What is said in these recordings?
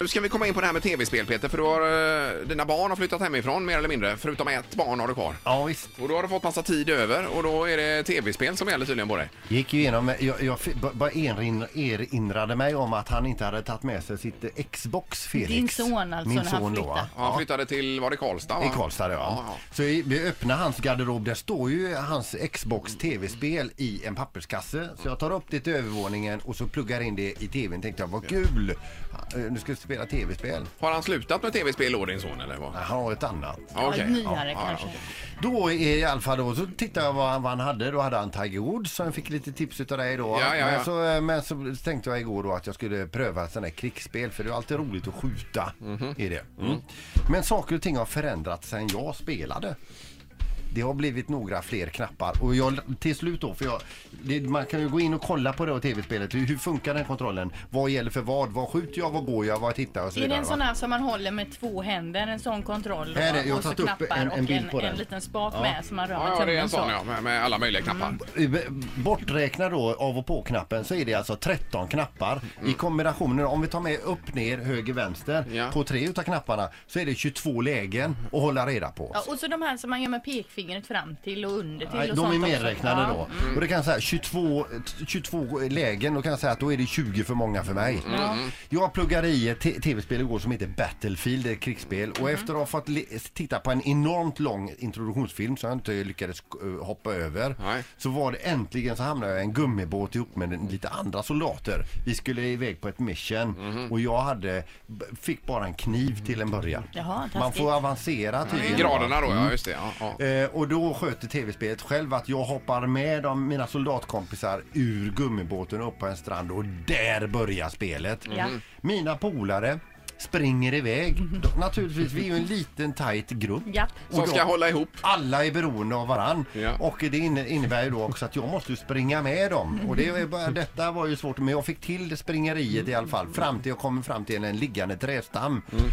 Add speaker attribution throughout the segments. Speaker 1: Nu ska vi komma in på det här med tv-spel Peter, för du har, eh, dina barn har flyttat hemifrån mer eller mindre. Förutom ett barn har du kvar.
Speaker 2: Ja, visst.
Speaker 1: Och då har du fått massa tid över och då är det tv-spel som gäller tydligen på dig.
Speaker 2: Gick ju igenom, jag, jag f- b- bara erin- erinrade mig om att han inte hade tagit med sig sitt eh, Xbox Felix.
Speaker 3: Din son alltså,
Speaker 2: Min
Speaker 3: när han
Speaker 2: son då,
Speaker 3: flyttade.
Speaker 2: va?
Speaker 1: Han flyttade till, var det Karlstad? va?
Speaker 2: I Karlstad ja.
Speaker 1: Ja, ja.
Speaker 2: Så i, vi öppnar hans garderob, där står ju hans Xbox tv-spel i en papperskasse. Så jag tar upp det till övervåningen och så pluggar in det i tvn. Tänkte jag, vad kul! Eh, Nu ska jag spela tv-spel.
Speaker 1: Har han slutat med tv-spel då din son eller? Vad?
Speaker 2: Nej, Han har ett annat.
Speaker 1: Ja, okej.
Speaker 3: Ja, nyare
Speaker 1: Ja, ja,
Speaker 3: kanske.
Speaker 1: okej.
Speaker 2: Då i alla fall då så tittade jag vad han, vad han hade. Då hade han Tiger Woods så jag fick lite tips utav dig då.
Speaker 1: Ja, ja, ja.
Speaker 2: Men, så, eh, men så tänkte jag igår då att jag skulle pröva sådana här krigsspel för det är alltid roligt att skjuta
Speaker 1: Mhm.
Speaker 2: i det. Mm. Men saker och ting har förändrats sedan jag spelade. Det har blivit några fler knappar och jag, till slut då, för jag, det, man kan ju gå in och kolla på det här tv-spelet. Hur, hur funkar den kontrollen? Vad gäller för vad? Vad skjuter jag? Vad går jag? Vad tittar jag? Och så
Speaker 3: Är det
Speaker 2: vidare,
Speaker 3: en
Speaker 2: va?
Speaker 3: sån här som man håller med två händer, en sån kontroll?
Speaker 2: Här är- jag har
Speaker 3: och så
Speaker 2: tagit upp
Speaker 3: knappar
Speaker 2: en- en
Speaker 3: och
Speaker 2: bild på
Speaker 3: en,
Speaker 2: den.
Speaker 3: en liten spat
Speaker 2: Ja.
Speaker 3: med som man rör med
Speaker 1: Ja, ja, det är en
Speaker 3: tummen
Speaker 1: sån
Speaker 3: så.
Speaker 1: ja, med, med alla möjliga knappar.
Speaker 2: Mm. Borträkna då av och på-knappen så är det alltså 13 knappar i kombinationen. Om vi tar med upp, ner, höger, vänster
Speaker 1: Ja.
Speaker 2: på tre utav knapparna så är det 22 lägen att hålla reda på.
Speaker 3: Ja, och så de här som man gör med pekfingret fram till och under till
Speaker 2: Nej,
Speaker 3: och
Speaker 2: de är
Speaker 3: sånt
Speaker 2: medräknade
Speaker 3: också.
Speaker 2: då. Och det kan jag säga 22, 22 lägen, då kan jag säga att då är det 20 för många för mig. Jag pluggade i ett te- tv-spel igår som heter Battlefield, det är ett krigsspel. Och
Speaker 3: Mm.
Speaker 2: efter att ha fått le- titta på en enormt lång introduktionsfilm som jag inte lyckades eh, hoppa över.
Speaker 1: Nej.
Speaker 2: Så var det äntligen så hamnade jag i en gummibåt ihop med en- lite andra soldater. Vi skulle iväg på ett mission och jag hade, b- fick bara en kniv till en början.
Speaker 3: Jaha, taskigt.
Speaker 2: Man får avancera tydligen.
Speaker 1: Graderna då,
Speaker 2: Mm.
Speaker 1: ja just det. Ja, ja.
Speaker 2: Eh, och då sköter tv-spelet själv att jag hoppar med de, mina soldatkompisar ur gummibåten upp på en strand och där börjar spelet.
Speaker 3: Ja.
Speaker 2: Mina polare springer iväg. De, naturligtvis, vi är ju en liten tajt grupp.
Speaker 3: Japp.
Speaker 2: Och
Speaker 1: Som ska
Speaker 2: de-
Speaker 1: hålla ihop.
Speaker 2: alla är beroende av varann
Speaker 1: Ja.
Speaker 2: och det inne- innebär ju då också att jag måste ju springa med dem och det är bara, detta var ju svårt men jag fick till det springeriet i alla fall fram till jag kommer fram till en liggande trästam.
Speaker 1: Mm.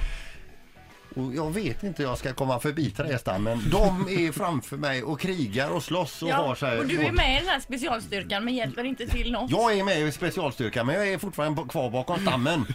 Speaker 2: Och jag vet inte hur jag ska komma förbi trästammen. De är framför mig och krigar och slåss och har
Speaker 3: Ja,
Speaker 2: så här.
Speaker 3: och du är med i den här specialstyrkan men hjälper inte till något.
Speaker 2: Jag är med i specialstyrkan men jag är fortfarande kvar bakom stammen.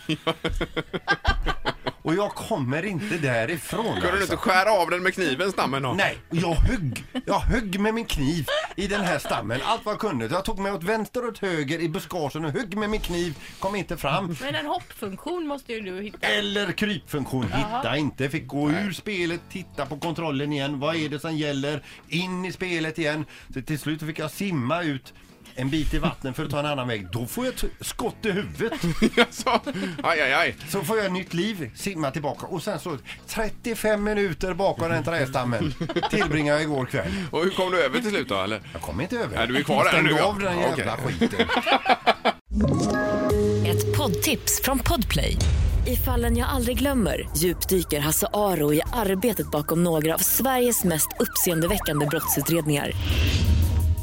Speaker 2: och jag kommer inte därifrån. alltså.
Speaker 1: Kunde du inte skära av den med kniven stammen då?
Speaker 2: Nej, och jag högg. Jag högg med min kniv i den här stammen. Allt vad jag kunde. Jag tog mig åt vänster och åt höger i buskagen och högg med min kniv. Kom inte fram.
Speaker 3: Men en hoppfunktion måste ju du hitta.
Speaker 2: Eller krypfunktion. Hitta inte. Fick gå ur spelet, titta på kontrollen igen. Vad är det som gäller? In i spelet igen. Så till slut fick jag simma ut en bit i vattnet för att ta en annan väg. Då får jag ett skott i huvudet.
Speaker 1: Jaså? aj, aj, aj.
Speaker 2: Så får jag nytt liv, simma tillbaka och sen så 35 minuter bakom den trästammen tillbringade jag igår kväll.
Speaker 1: Och hur kom du över till slut då eller?
Speaker 2: Jag kommer inte över.
Speaker 1: Nej, du är kvar där nu,
Speaker 2: Stäng
Speaker 1: ja.
Speaker 2: av den
Speaker 1: Ja, okej.
Speaker 2: jävla skiten.
Speaker 4: Ett poddtips från Podplay. I fallen jag aldrig glömmer djupdyker Hasse Aro i arbetet bakom några av Sveriges mest uppseendeväckande brottsutredningar.